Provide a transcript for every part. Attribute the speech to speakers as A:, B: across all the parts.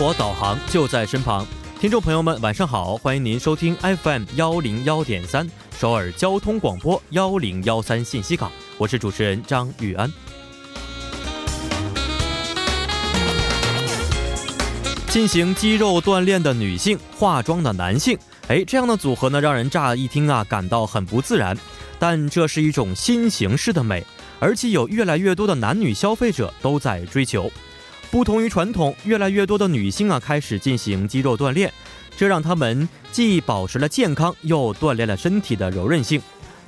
A: 我导航就在身旁。听众朋友们，晚上好，欢迎您收听 FM 幺零幺点三首尔交通广播幺零幺三信息港，我是主持人张玉安。进行肌肉锻炼的女性，化妆的男性，哎，这样的组合呢，让人乍一听啊感到很不自然，但这是一种新形式的美，而且有越来越多的男女消费者都在追求。不同于传统，越来越多的女性啊开始进行肌肉锻炼，这让她们既保持了健康，又锻炼了身体的柔韧性。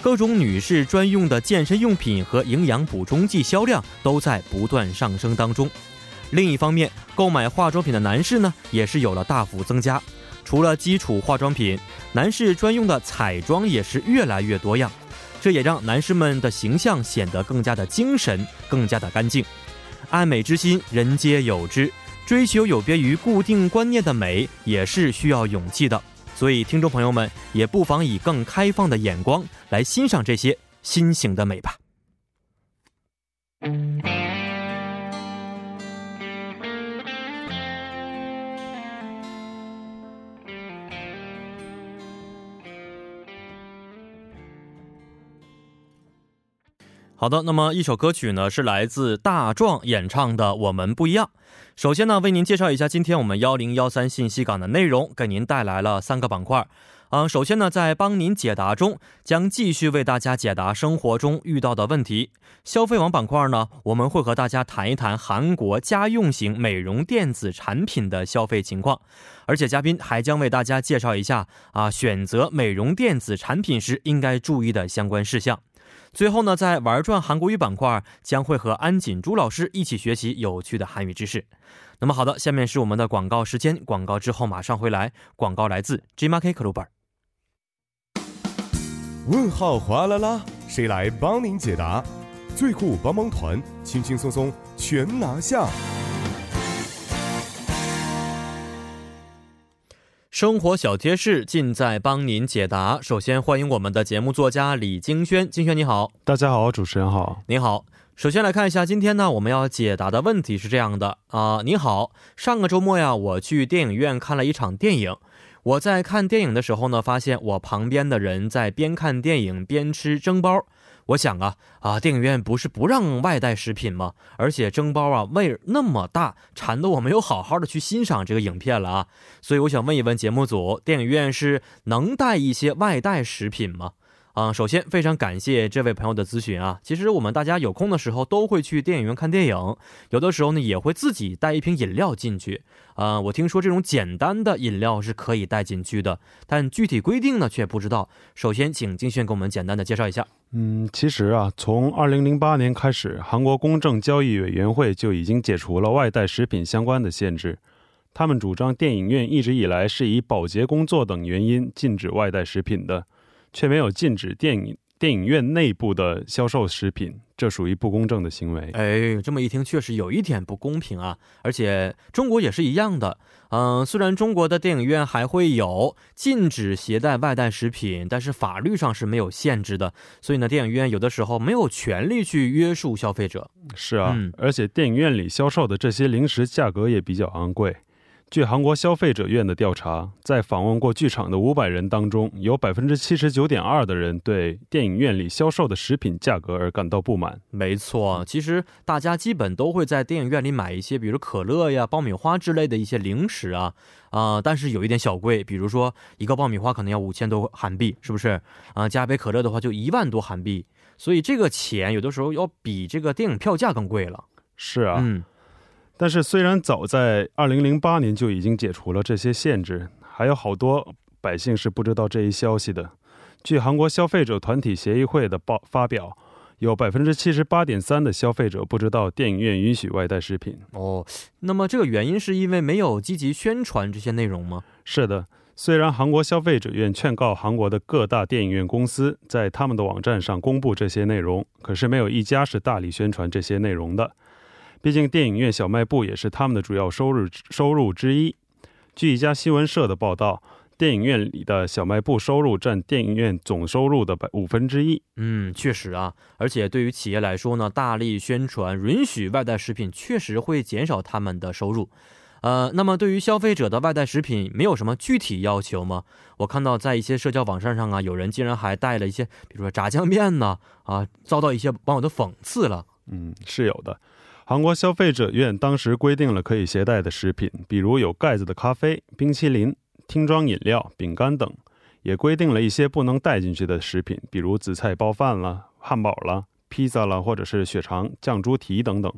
A: 各种女士专用的健身用品和营养补充剂销量都在不断上升当中。另一方面，购买化妆品的男士呢，也是有了大幅增加。除了基础化妆品，男士专用的彩妆也是越来越多样，这也让男士们的形象显得更加的精神，更加的干净。爱美之心，人皆有之，追求有别于固定观念的美，也是需要勇气的。所以，听众朋友们也不妨以更开放的眼光来欣赏这些新型的美吧。好的，那么一首歌曲呢是来自大壮演唱的《我们不一样》。首先呢，为您介绍一下今天我们幺零幺三信息港的内容，给您带来了三个板块。嗯，首先呢，在帮您解答中，将继续为大家解答生活中遇到的问题。消费网板块呢，我们会和大家谈一谈韩国家用型美容电子产品的消费情况，而且嘉宾还将为大家介绍一下啊，选择美容电子产品时应该注意的相关事项。最后呢，在玩转韩国语板块将会和安锦珠老师一起学习有趣的韩语知识。那么好的，下面是我们的广告时间，广告之后马上回来。广告来自 GMK Club。
B: 问号哗啦啦，谁来帮您解答？最酷帮帮团，轻轻松松全拿下。
A: 生活小贴士尽在帮您解答。首先欢迎我们的节目作家李金轩，金轩你好，
C: 大家好，主持人好。
A: 你好。首先来看一下，今天呢我们要解答的问题是这样的啊、你好，上个周末呀，我去电影院看了一场电影。我在看电影的时候呢，发现我旁边的人在边看电影边吃蒸包。我想啊啊，电影院不是不让外带食品吗？而且蒸包啊味儿那么大，馋得我没有好好的去欣赏这个影片了啊。所以我想问一问节目组，电影院是能带一些外带食品吗？啊、首先非常感谢这位朋友的咨询啊。其实我们大家有空的时候都会去电影院看电影，有的时候呢也会自己带一瓶饮料进去。啊、我听说这种简单的饮料是可以带进去的，但具体规定呢却不知道。首先，请金炫给我们简单的介绍一下。
C: 嗯，其实啊，从二零零八年开始，韩国公正交易委员会就已经解除了外带食品相关的限制。他们主张电影院一直以来是以保洁工作等原因禁止外带食品的，却没有禁止电影电影院内部的销售食品，这属于不公正的行为。
A: 哎，这么一听确实有一点不公平啊！而且中国也是一样的，嗯、虽然中国的电影院还会有禁止携带外带食品，但是法律上是没有限制的，所以呢，电影院有的时候没有权利去约束消费者。
C: 是啊，
A: 嗯
C: 而且电影院里销售的这些零食价格也比较昂贵。据韩国消费者院的调查，在访问过剧场的五百人当中，有百分之七十九点二的人对电影院里销售的食品价格而感到不满。
A: 没错，其实大家基本都会在电影院里买一些，比如可乐呀、爆米花之类的一些零食啊，啊、但是有一点小贵，比如说一个爆米花可能要五千多韩币，是不是？啊、加杯可乐的话就一万多韩币，所以这个钱有的时候要比这个电影票价更贵了。
C: 是啊，
A: 嗯，
C: 但是虽然早在二零零八年就已经解除了这些限制，还有好多百姓是不知道这一消息的。据韩国消费者团体协议会的报发表，有百分之七十八点三的消费者不知道电影院允许外带食品。
A: 哦，那么这个原因是因为没有积极宣传这些内容吗？
C: 是的，虽然韩国消费者院劝告韩国的各大电影院公司在他们的网站上公布这些内容，可是没有一家是大力宣传这些内容的。毕竟电影院小卖部也是他们的主要收入收入之一。据一家新闻社的报道，电影院里的小卖部收入占电影院总收入的百五分之一。
A: 嗯，确实啊，而且对于企业来说呢，大力宣传允许外带食品，确实会减少他们的收入。呃，那么对于消费者的外带食品没有什么具体要求吗？我看到在一些社交网站上啊，有人竟然还带了一些，比如说炸酱面呢，啊，遭到一些网友的讽刺了。
C: 嗯，是有的。韩国消费者院当时规定了可以携带的食品，比如有盖子的咖啡、冰淇淋、听装饮料、饼干等，也规定了一些不能带进去的食品，比如紫菜包饭啦、汉堡啦、披萨啦，或者是血肠、酱猪蹄等等。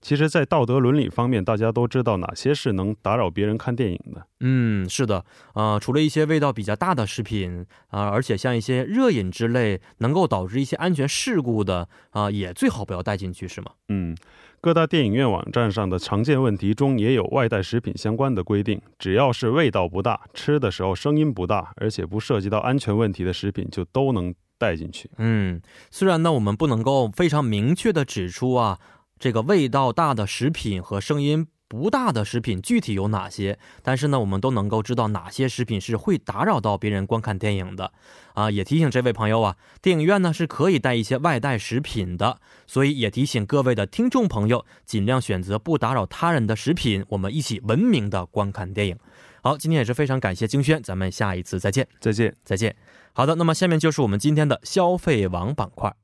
C: 其实，在道德伦理方面，大家都知道哪些是能打扰别人看电影的。
A: 嗯，是的，呃，除了一些味道比较大的食品啊、而且像一些热饮之类能够导致一些安全事故的啊、也最好不要带进去，是吗？
C: 嗯，各大电影院网站上的常见问题中也有外带食品相关的规定，只要是味道不大、吃的时候声音不大，而且不涉及到安全问题的食品，就都能带进去。
A: 嗯，虽然呢，我们不能够非常明确的指出啊，这个味道大的食品和声音不大的食品具体有哪些，但是呢，我们都能够知道哪些食品是会打扰到别人观看电影的。啊，也提醒这位朋友啊，电影院呢是可以带一些外带食品的，所以也提醒各位的听众朋友，尽量选择不打扰他人的食品，我们一起文明的观看电影。好，今天也是非常感谢京轩，咱们下一次再见。
C: 再见。
A: 再见。好的，那么下面就是我们今天的消费网板块。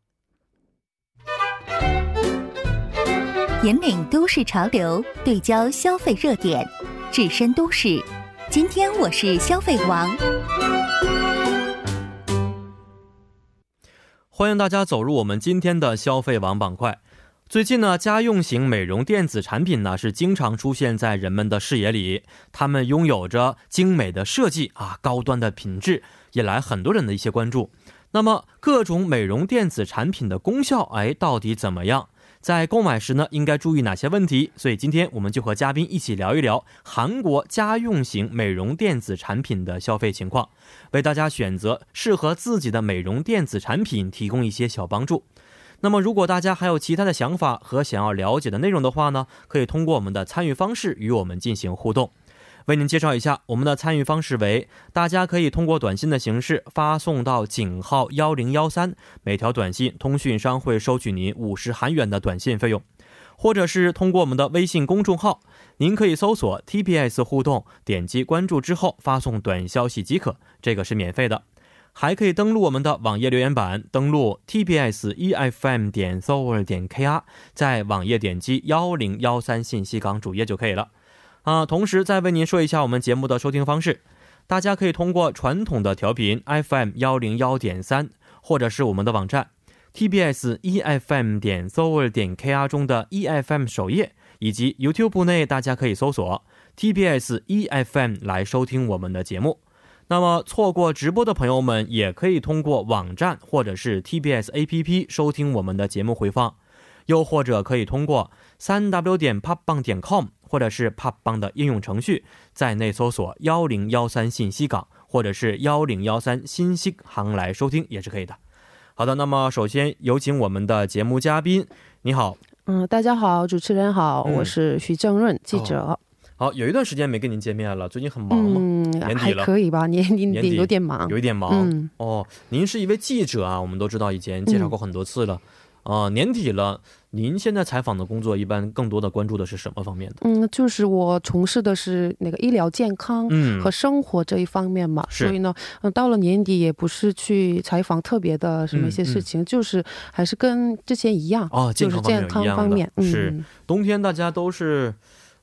D: 引领都市潮流，对焦消费热点，置身都市。今天我是消费王，
A: 欢迎大家走入我们今天的消费网板块。最近呢，家用型美容电子产品呢是经常出现在人们的视野里，它们拥有着精美的设计啊，高端的品质，引来很多人的一些关注。那么各种美容电子产品的功效，哎，到底怎么样？在购买时呢，应该注意哪些问题？所以今天我们就和嘉宾一起聊一聊韩国家用型美容电子产品的消费情况，为大家选择适合自己的美容电子产品提供一些小帮助。那么，如果大家还有其他的想法和想要了解的内容的话呢，可以通过我们的参与方式与我们进行互动。为您介绍一下，我们的参与方式为：大家可以通过短信的形式发送到井号幺零幺三，每条短信通讯商会收取您五十韩元的短信费用；或者是通过我们的微信公众号，您可以搜索 TBS 互动，点击关注之后发送短消息即可，这个是免费的。还可以登录我们的网页留言板，登录 tbs efm E 点 s o v e r 点 kr，在网页点击幺零幺三信息港主页就可以了。啊，同时再为您说一下我们节目的收听方式，大家可以通过传统的调频 FM 幺零幺点三，或者是我们的网站 tbs efm E 点 s o v e r 点 kr 中的 efm 首页，以及 YouTube 内大家可以搜索 tbs efm E 来收听我们的节目。那么错过直播的朋友们，也可以通过网站或者是 TBS APP 收听我们的节目回放，又或者可以通过三 w 点 p o p b a n g 点 com 或者是 p o p b a n g 的应用程序，在内搜索幺零幺三信息港或者是幺零幺三新息行来收听也是可以的。好的，那么首先有请我们的节目嘉宾，你好，
E: 嗯，大家好，主持人好，
A: 嗯
E: 我是徐正润，记者。
A: 好，有一段时间没跟您见面了，最近很忙吗？
E: 嗯
A: 年底，
E: 还
A: 了
E: 可以吧？年年
A: 年底
E: 底有点忙
A: 有。一点忙，
E: 嗯，
A: 哦，您是一位记者啊，我们都知道，以前介绍过很多次了。啊、年底了，您现在采访的工作一般更多的关注的是什么方面的？
E: 嗯，就是我从事的是那个医疗健康
A: 嗯
E: 和生活这一方面嘛，
A: 是
E: 所以呢，嗯，到了年底也不是去采访特别的什
A: 嗯
E: 么一些事情，就是还是跟之前一样，
A: 哦，健
E: 就是
A: 康方面
E: 健
A: 有
E: 康
A: 一样的，
E: 方面，
A: 是
E: 嗯，
A: 冬天大家都是，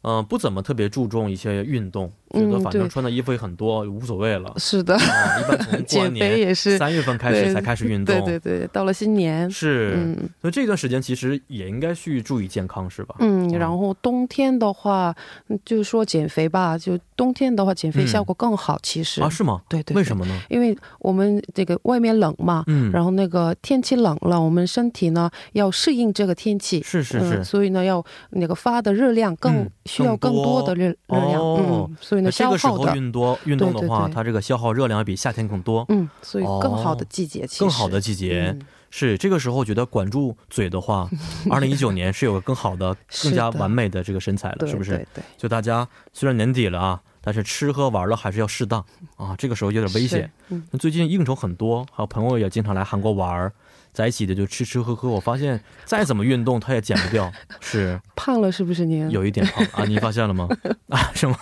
A: 嗯、不怎么特别注重一些运动，
E: 嗯
A: 觉得反正
E: 对
A: 穿的衣服也很多，无所谓了。
E: 是的，
A: 啊，一般从过完
E: 减肥
A: 年
E: 也是，
A: 三月份开始
E: 对
A: 才开始运动，
E: 对对对，到了新年，
A: 是、
E: 嗯。
A: 所以这段时间其实也应该去注意健康，是吧？
E: 嗯，
A: 嗯
E: 然后冬天的话，嗯就是说减肥吧，就冬天的话减肥
A: 嗯
E: 效果更好，其实。
A: 啊，是吗？
E: 对对。
A: 为什
E: 么？
A: 么呢？
E: 因为我们这个外面冷嘛，
A: 嗯，
E: 然后那个天气冷了，我们身体呢要适应这个天气。
A: 是是
E: 嗯
A: 是、
E: 所以呢，要那个发的热量更、
A: 嗯
E: 需要
A: 更
E: 更
A: 多
E: 多的热热量，
A: 哦
E: 嗯，所以
A: 那
E: 呢，
A: 这
E: 消
A: 个时
E: 耗
A: 候
E: 的，
A: 运多运动的话
E: 对对对
A: 它这个消耗热量要比夏天更多，
E: 嗯，所以更好
A: 哦
E: 的季节，其实
A: 更好的季节、
E: 嗯
A: 是这个时候觉得管住嘴的 话，二零一九年是有个更好的、
E: 是
A: 更加
E: 的
A: 完美的这个身材了，
E: 对
A: 是不是？
E: 对对，
A: 就大家虽然年底了啊，但是吃喝玩乐还是要适当啊，这个时候有点危险。
E: 是。嗯，
A: 那最近应酬很多，还有朋友也经常来韩国玩儿，在一起的就吃吃喝喝。我发现再怎么运动，他也减不掉，是
E: 胖了是不是你？
A: 有一点胖啊。你发现了 吗？啊，是吗？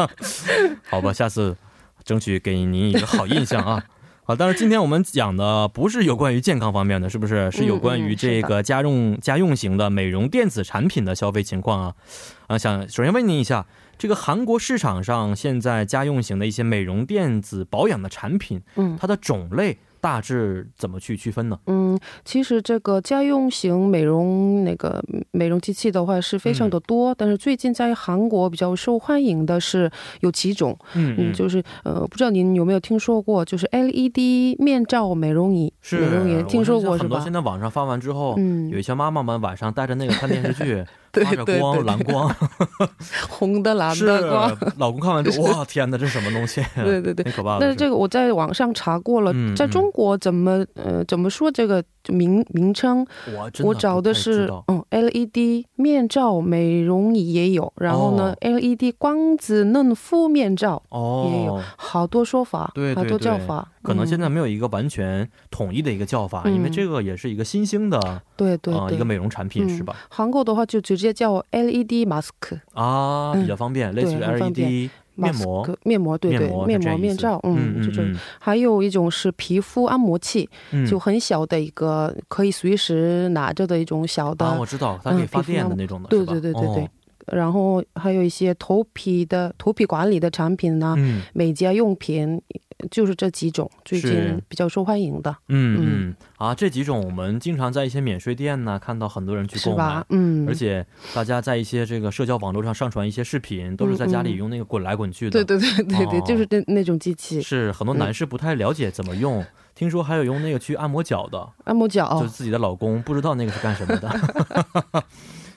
A: 好吧，下次争取给您一个好印象 啊。好，但是今天我们讲的不是有关于健康方面的，是不是？是有关
E: 嗯
A: 于这个家用、家用型的美容电子产品的消费情况啊。啊，想首先问您一下，这个韩国市场上现在家用型的一些美容电子保养的产品，
E: 嗯
A: 它的种类大致怎么去区分呢？
E: 嗯，其实这个家用型美容那个美容机器的话是非常
A: 嗯
E: 的多，但是最近在韩国比较受欢迎的是有几种，
A: 嗯
E: 嗯，就是呃，不知道您有没有听说过，就是 LED 面罩美容仪，
A: 是
E: 美容仪嗯听说过
A: 我看现在
E: 是
A: 很多
E: 吧
A: 现？在网上发完之后，
E: 嗯
A: 有一些妈妈们晚上带着那个看电视 剧，
E: 对
A: 发着
E: 对
A: 光
E: 对
A: 蓝光，
E: 红的、蓝
A: 是
E: 的光。
A: 老公看完之后， 哇天哪，这是什么东西？
E: 对对对，
A: 挺可怕的。
E: 但是这
A: 个
E: 个我在网上查过了，
A: 嗯
E: 在
A: 嗯
E: 中国怎么呃怎么说这个名名称？
A: 我真
E: 我
A: 不
E: 找的
A: 太知
E: 是
A: 道
E: 嗯 LED 面罩美容仪也有，然后呢、
A: 哦
E: LED 光子嫩肤面罩，也
A: 哦
E: 有，好多说法，
A: 对
E: 好
A: 对
E: 多叫
A: 对
E: 法。
A: 可能现
E: 嗯、
A: 在没有一个完全统一的一个叫法，因为
E: 嗯
A: 这个也是一个新兴的啊、
E: 对对对、
A: 一个美容产品、
E: 嗯
A: 是吧？
E: 韩国的话就直接叫 LED mask
A: 啊，
E: 嗯
A: 比较方便，类似于
E: 对很方便
A: LED 面膜。
E: mask 面膜，对对，
A: 哦面膜
E: 面
A: 是这
E: 膜
A: 意思
E: 面罩，
A: 嗯
E: 嗯，就这。还有一种是皮肤按摩器，
A: 嗯
E: 就很小的一个，可以随时拿着的一种小的，
A: 啊，我知道，它可以
E: 嗯
A: 发
E: 皮肤
A: 电的
E: 按
A: 那种的，
E: 对
A: 是吧
E: 对对对对
A: 哦。
E: 然后还有一些头皮的头皮管理的产品啊呢、
A: 嗯
E: 美甲用品，就是这几种最近
A: 是
E: 比较受欢迎的，
A: 嗯嗯啊，这几种我们经常在一些免税店呢看到很多人去
E: 是
A: 购买
E: 吧，？嗯，
A: 而且大家在一些这个社交网络上上传一些视频，都是在家里用那个滚来滚去的。
E: 嗯对对嗯对对对，
A: 哦
E: 就是那那种机器，
A: 是很多男士不太了解怎么用，听说还有用那个去按摩脚的，
E: 按摩
A: 就
E: 脚
A: 是，自己的老公不知道那个是干什么的，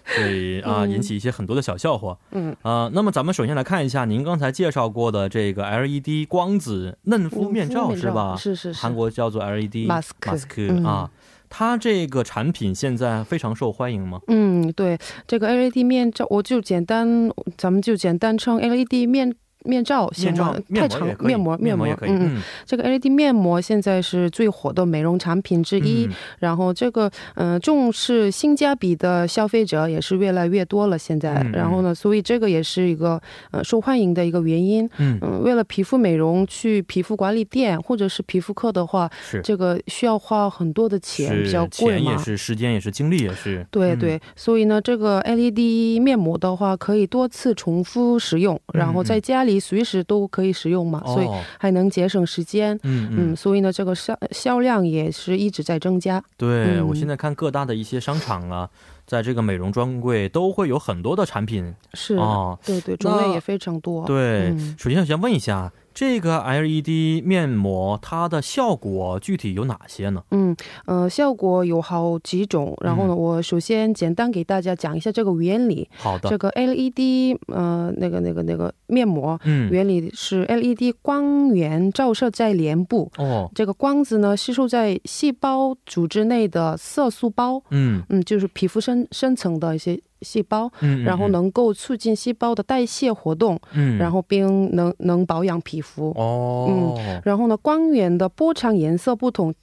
A: 所以啊，
E: 嗯
A: 引起一些很多的小笑话。
E: 嗯
A: 啊、那么咱们首先来看一下您刚才介绍过的这个 LED 光子嫩肤面罩、
E: 嗯面
A: 是吧？
E: 是是是，
A: 韩国叫做 LED
E: Mask，嗯
A: 啊，它这个产品现在非常受欢迎吗？
E: 嗯，对，这个 LED 面罩，我就简单，咱们就简单称 LED 面面罩行
A: 面罩
E: 吗？、太
A: 面膜
E: 长
A: 也可以，
E: 面膜
A: 面膜也可以。
E: 嗯嗯，这个 LED 面膜现在是最火的美容产品之一，
A: 嗯
E: 然后这个嗯、呃重视性价比的消费者也是越来越多了现在，
A: 嗯嗯
E: 然后呢，所以这个也是一个呃受欢迎的一个原因。
A: 嗯，
E: 嗯，为了皮肤美容去皮肤管理店或者是皮肤科的话，
A: 是
E: 这个需要花很多的钱，
A: 是
E: 比较贵
A: 钱也
E: 嘛。
A: 是，时间也是，精力也是。
E: 对
A: 嗯
E: 对，所以呢，这个 LED 面膜的话，可以多次重复使用，然后
A: 嗯
E: 在家里随时都可以使用嘛，所以
A: 哦，
E: 还能节省时间。
A: 嗯
E: 嗯，
A: 嗯，
E: 所以呢，这个销销量也是一直在增加。
A: 对
E: 嗯
A: 我现在看各大的一些商场啊，在这个美容专柜都会有很多的产品
E: 是，
A: 哦。
E: 对对，种类也非常多。
A: 对，
E: 嗯
A: 首先我想问一下，这个 LED 面膜它的效果具体有哪些呢？
E: 嗯呃，效果有好几种。然
A: 嗯
E: 后呢，我首先简单给大家讲一下这个原理。
A: 好的
E: 这，个 LED 呃，那个那个那个面膜。
A: 嗯，
E: 原理是 LED 光源照射在脸部，
A: 哦，
E: 这个光子呢吸收在细胞组织内的色素包，
A: 嗯
E: 嗯，就是皮肤深深层的一些细胞，
A: 嗯，
E: 然后
A: 呢，
E: 能够促进细胞的代谢活动，
A: 嗯，
E: 然后并能能保养皮肤。
A: 哦，
E: 然后呢，光源的波长颜色不同，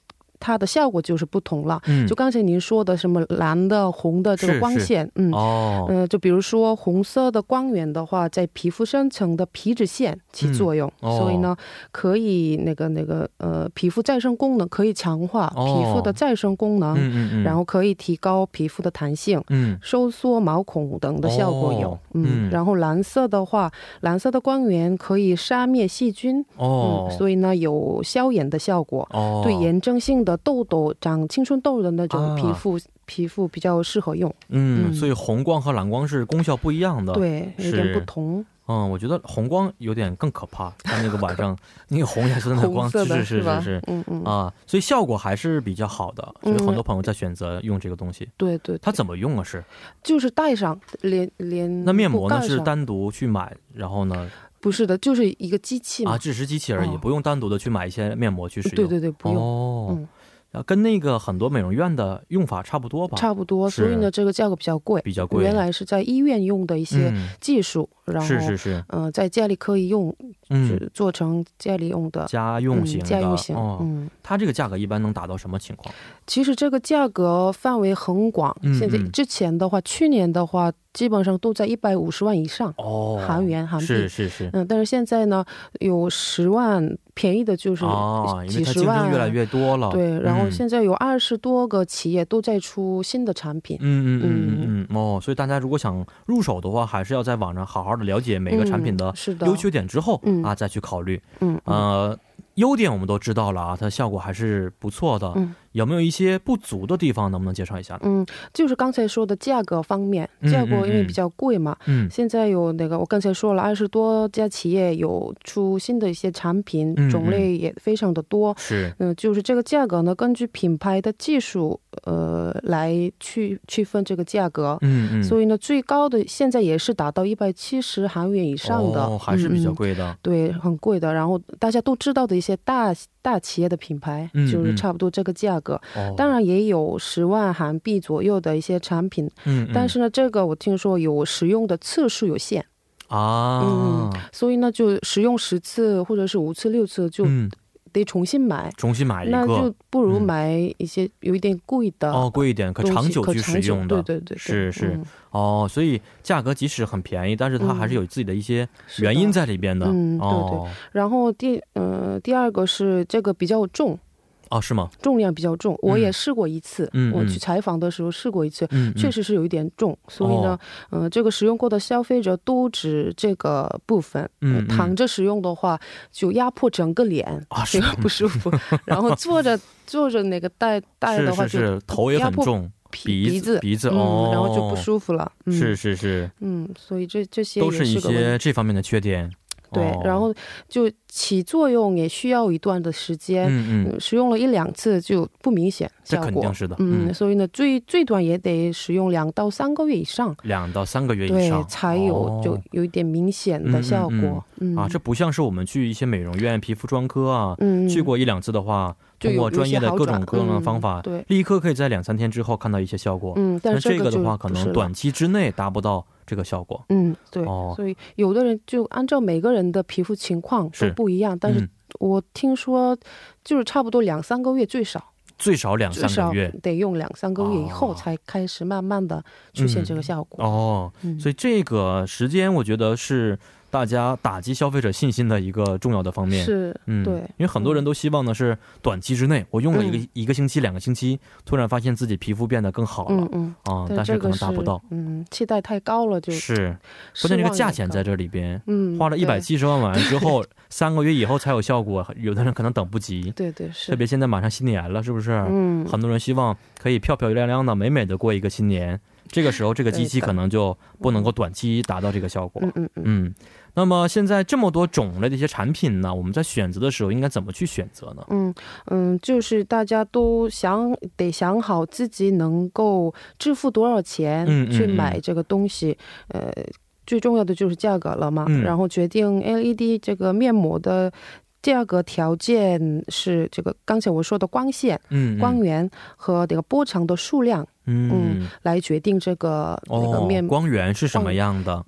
E: 它的效果就是不同了。
A: 嗯，
E: 就刚才您说的什么蓝的、红的这
A: 是
E: 个光
A: 是
E: 线，嗯。
A: 哦，
E: 嗯、就比如说红色的光源的话，在皮肤深层的皮脂腺起作用，
A: 嗯哦
E: 所以呢，可以那个那个呃，皮肤再生功能可以强化
A: 哦
E: 皮肤的再生功能，
A: 嗯嗯嗯，
E: 然后可以提高皮肤的弹性。
A: 嗯
E: 收缩毛孔等的效果有，
A: 哦
E: 嗯，
A: 嗯
E: 然后蓝色的话，蓝色的光源可以杀灭细菌，
A: 哦，
E: 嗯，所以呢有消炎的效果，
A: 哦，
E: 对炎症性的痘痘、长青春痘的那
A: 啊
E: 种皮肤、皮肤比较适合用，
A: 嗯，
E: 嗯
A: 所以红光和蓝光是功效不一样的。，
E: 对，有点
A: 哦是
E: 不同。
A: 嗯，我觉得红光有点更可怕，它那个晚 上那个红颜色的那个光，
E: 红色
A: 是
E: 的
A: 是是
E: 吧？
A: 是是
E: 嗯嗯，
A: 啊，所以效果还是比较好的，所以很多朋友在选择用这个东西。
E: 对对，
A: 它怎么用啊？是
E: 嗯就是戴上连连
A: 那面膜
E: 布
A: 呢？
E: 盖
A: 是
E: 上
A: 单独去买，然后呢
E: 不是的，就是一个机器嘛。
A: 啊啊，只是机器而已，
E: 哦
A: 不用单独的去买一些面膜去使用。
E: 对对对，不用。
A: 哦
E: 嗯，
A: 啊，跟那个很多美容院的用法差不多吧？
E: 差不多，
A: 是
E: 所以呢，这个价格比较贵。
A: 比较贵。
E: 原来是在医院用的一些
A: 嗯，
E: 技术，然后
A: 是是是，
E: 呃，在家里可以用，
A: 嗯，
E: 是做成家里用的
A: 家用
E: 嗯
A: 型的，
E: 家用型，
A: 哦，
E: 嗯。
A: 它这个价格一般能达到什么情况？
E: 其实这个价格范围很广，
A: 嗯
E: 现在
A: 嗯
E: 之前的话，去年的话，基本上都在一百五十万以上，
A: 哦，
E: 韩元韩币
A: 是是是，
E: 嗯，但是现在呢，有十万便宜的，就是
A: 哦，因为
E: 几
A: 它
E: 十
A: 竞
E: 万啊、
A: 争越来越多了。
E: 对，然后
A: 嗯
E: 现在有二十多个企业都在出新的产品。
A: 嗯嗯嗯嗯嗯哦，所以大家如果想入手的话，还是要在网上好好的了解每个产品的
E: 嗯是的
A: 优缺点之后、
E: 嗯
A: 啊，再去考虑。
E: 嗯嗯
A: 呃，优点我们都知道了啊，它效果还是不错的。
E: 嗯
A: 有没有一些不足的地方？能不能介绍一下呢？
E: 嗯，就是刚才说的价格方面，
A: 嗯
E: 价格
A: 嗯
E: 因为
A: 嗯
E: 比较贵嘛，
A: 嗯
E: 现在有那个我刚才说了，二十多家企业有出新的一些产品
A: 嗯，嗯
E: 种类也非常的多。
A: 是
E: 嗯，就是这个价格呢，根据品牌的技术，呃，来去区分这个价格。
A: 嗯嗯，
E: 所以呢，最高的现在也是达到一百七十韩元以上的，
A: 哦、还是比较
E: 嗯嗯
A: 贵的。
E: 对，很贵的。然后大家都知道的一些大大企业的品牌，
A: 嗯
E: 就是
A: 嗯
E: 差不多这个价格。
A: 哦，
E: 当，然也有十万韩币左右的一些产品，
A: 嗯，嗯
E: 但是呢，这个我听说有使用的次数有限，
A: 啊，
E: 嗯所以呢，就使用十次或者是五次、六次就
A: 嗯，
E: 得重新买。
A: 重新买一
E: 那
A: 个
E: 就不如
A: 嗯
E: 买一些有一点贵的
A: 哦，贵一点，可
E: 东西
A: 长久
E: 可
A: 去
E: 长
A: 使
E: 久
A: 用的。
E: 对对对对，
A: 是是
E: 嗯
A: 哦，所以价格即使很便宜，但是它还是有自己的一些
E: 是
A: 原因
E: 的。
A: 在里边的。
E: 嗯对
A: 哦
E: 然后第呃第二个是这个比较重，
A: 哦，是吗？
E: 重量比较重，我
A: 嗯
E: 也试过一次，
A: 嗯
E: 我
A: 嗯
E: 去采访的时候试过一次，
A: 嗯，嗯哦
E: 确实是有一点重，所以呢，嗯、这个使用过的消费者都指这个部分。
A: 嗯
E: 呃
A: 嗯
E: 躺着使用的话，就压迫整个脸，
A: 啊是
E: 这 个不 舒服。然后坐着坐着那个戴戴的话，
A: 是
E: 就是
A: 是，头也很
E: 压迫
A: 重，
E: 鼻
A: 鼻子
E: 子
A: 鼻子
E: 嗯
A: 哦，
E: 然后就不舒服了。嗯、
A: 是，是是，
E: 嗯，所以这这些
A: 都
E: 也
A: 一
E: 个问
A: 些这方面的缺点。
E: 对，
A: 哦
E: 然后就起作用也需要一段的时间。
A: 嗯嗯，
E: 嗯使用了一两次就不明显
A: 这
E: 效
A: 肯
E: 果
A: 定，是的，
E: 嗯，
A: 嗯，
E: 所以呢，最最短也得使用两到三个月以上，
A: 两到三个月以
E: 对
A: 上，
E: 才有
A: 哦
E: 就有一点明显
A: 嗯嗯
E: 的效果。嗯
A: 啊，这不像是我们去一些美容院、皮肤专科啊，
E: 嗯
A: 去过一两次的话，
E: 就
A: 通
E: 有
A: 过专业的各种各样的方
E: 有
A: 法
E: 一些好转嗯，对，
A: 立刻可以在两三天之后看到一些效果。
E: 嗯，但
A: 那
E: 是
A: 这
E: 个
A: 的
E: 就
A: 话，可
E: 不是
A: 能
E: 了
A: 短期之内达不到这个效果。
E: 嗯，对。
A: 哦，
E: 所以有的人就按照每个人的皮肤情况都
A: 是
E: 不一样，但是
A: 嗯、
E: 我听说就是差不多两三个月最少，
A: 最少两
E: 最
A: 三
E: 少
A: 个月
E: 得用两三个月以后
A: 哦
E: 才开始慢慢的出现这个效果。
A: 哦，
E: 嗯
A: 所以这个时间我觉得是大家打击消费者信心的一个重要的方面。
E: 是，
A: 嗯，
E: 对
A: 因为很多人都希望呢是短期之内，我用了一个、
E: 嗯
A: 一个星期、两个星期，突然发现自己皮肤变得更好了
E: 嗯嗯，
A: 啊、
E: 但
A: 但
E: 这
A: 可
E: 个
A: 能
E: 是
A: 达不到。
E: 嗯，期待太高了就，
A: 是，关
E: 失
A: 键这个
E: 望
A: 价
E: 也
A: 钱
E: 高
A: 在这里边，
E: 嗯
A: 花了一百
E: 对
A: 七十万完之 后，三个月以后才有效果，有的人可能等不及。
E: 对对是，
A: 特别现在马上新年了，是不是？
E: 嗯，
A: 很多人希望可以漂漂亮亮的、美美的过一个新年。这个时候，这个机器
E: 对的嗯
A: 可能就不能够短期达到这个效果。
E: 嗯嗯嗯。
A: 嗯，那么现在这么多种类的一些产品呢，我们在选择的时候应该怎么去选择呢？
E: 嗯嗯，就是大家都想得想好自己能够支付多少钱
A: 嗯嗯
E: 去买这个东西，呃，最重要的就是价格了嘛，
A: 嗯
E: 然后决定 LED 这个面膜的。价格条件是这个刚才我说的光线、
A: 嗯，
E: 光源和这个波长的数量
A: 嗯，嗯
E: 来决定这个、那
A: 哦
E: 个面，膜，
A: 光源是什么样的？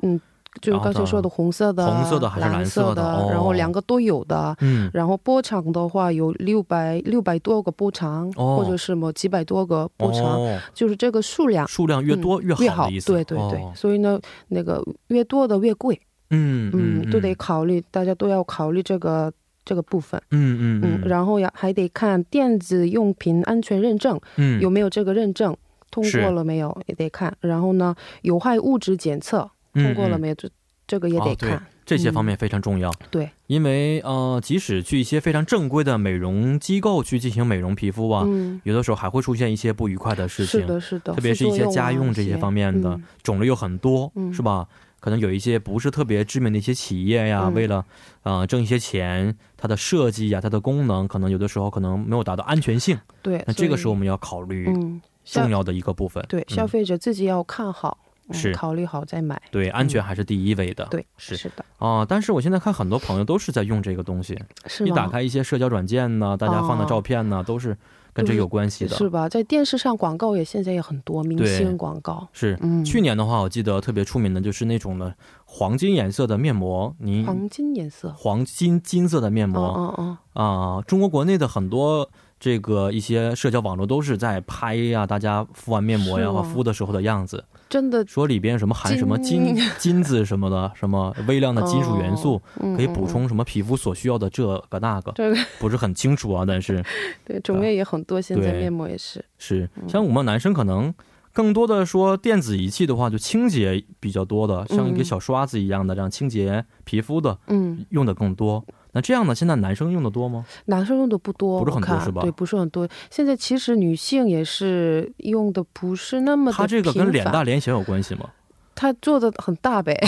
E: 就是刚才说的红色的、
A: 红色的还是蓝
E: 蓝
A: 色的哦
E: 然后两个都有的，
A: 嗯，
E: 然后波长的话有六百六百多个波长，
A: 哦
E: 或者是么几百多个波长，
A: 哦，
E: 就是这个数量
A: 数量越多越
E: 嗯越
A: 好的意思。
E: 对对对，
A: 哦
E: 所以呢，那个越多的越贵，
A: 嗯
E: 嗯，都得考虑，大家都要考虑这个这个部分，
A: 嗯嗯
E: 嗯，
A: 嗯，
E: 然后呀还得看电子用品安全认证、
A: 嗯
E: 有没有这个认证。通
A: 是
E: 过了没有也得看，然后呢，有害物质检测通过了
A: 嗯嗯
E: 没有，这、这个也
A: 哦
E: 得
A: 对
E: 看。
A: 这些方面非常重要。
E: 对，
A: 因为呃，即使去一些非常正规的美容机构去进行美容皮肤啊，
E: 嗯，
A: 有的时候还会出现一些不愉快的事情。
E: 是的，是的，
A: 特别是一些
E: 副作
A: 家
E: 啊
A: 用这些方面的、
E: 嗯
A: 种类有很多，
E: 嗯
A: 是吧？可能有一些不是特别知名的一些企业呀，
E: 嗯
A: 为了呃挣一些钱，它的设计呀、它的功能，可能有的时候可能没有达到安全性。
E: 对，
A: 那这个时
E: 所以
A: 候我们要考虑
E: 嗯，消
A: 重要的一个部分，
E: 对
A: 嗯
E: 消费者自己要看好，嗯
A: 是
E: 考虑好再买。
A: 对安全还是第一位的。
E: 对，
A: 是
E: 的，
A: 啊、但是我现在看很多朋友都是在用这个东西，
E: 是
A: 你
E: 吗？哦
A: 打开一些社交软件呢，大家放的照片呢，都是跟这有关系的。
E: 是吧？在电视上广告也现在也很多，明
A: 对
E: 星广告，
A: 是
E: 嗯，
A: 去年的话，我记得特别出名的就是那种的黄金颜色的面膜，你
E: 黄金颜色，
A: 黄金金色的面
E: 哦
A: 膜
E: 哦哦，
A: 啊、中国国内的很多这个一些社交网络都是在拍呀、大家敷完面膜呀、
E: 是吗呃
A: 敷的时候的样子，
E: 真的
A: 说里边什么含什么金金子什么的，什么微量的金属元素，
E: 嗯
A: 可以
E: 嗯
A: 补
E: 嗯
A: 充什么皮肤所需要的这个那个，
E: 这个
A: 不是很清楚啊，但 是
E: 对种类也很多，现在
A: 对嗯
E: 面膜也是，
A: 是
E: 嗯
A: 像我们男生可能更多的说电子仪器的话，就清洁比较多的，像一个
E: 嗯
A: 小刷子一样的，这样清洁皮肤的
E: 嗯，
A: 用的更多。那这样呢？现在男生用的多吗？
E: 男生用的不
A: 不
E: 多，
A: 是很多
E: 我看
A: 是吧
E: 对，不是很多。现在其实女性也是用的不是那么的
A: 它这个跟脸啊
E: 频繁
A: 大，脸小有关系吗？
E: 它做的很大呗，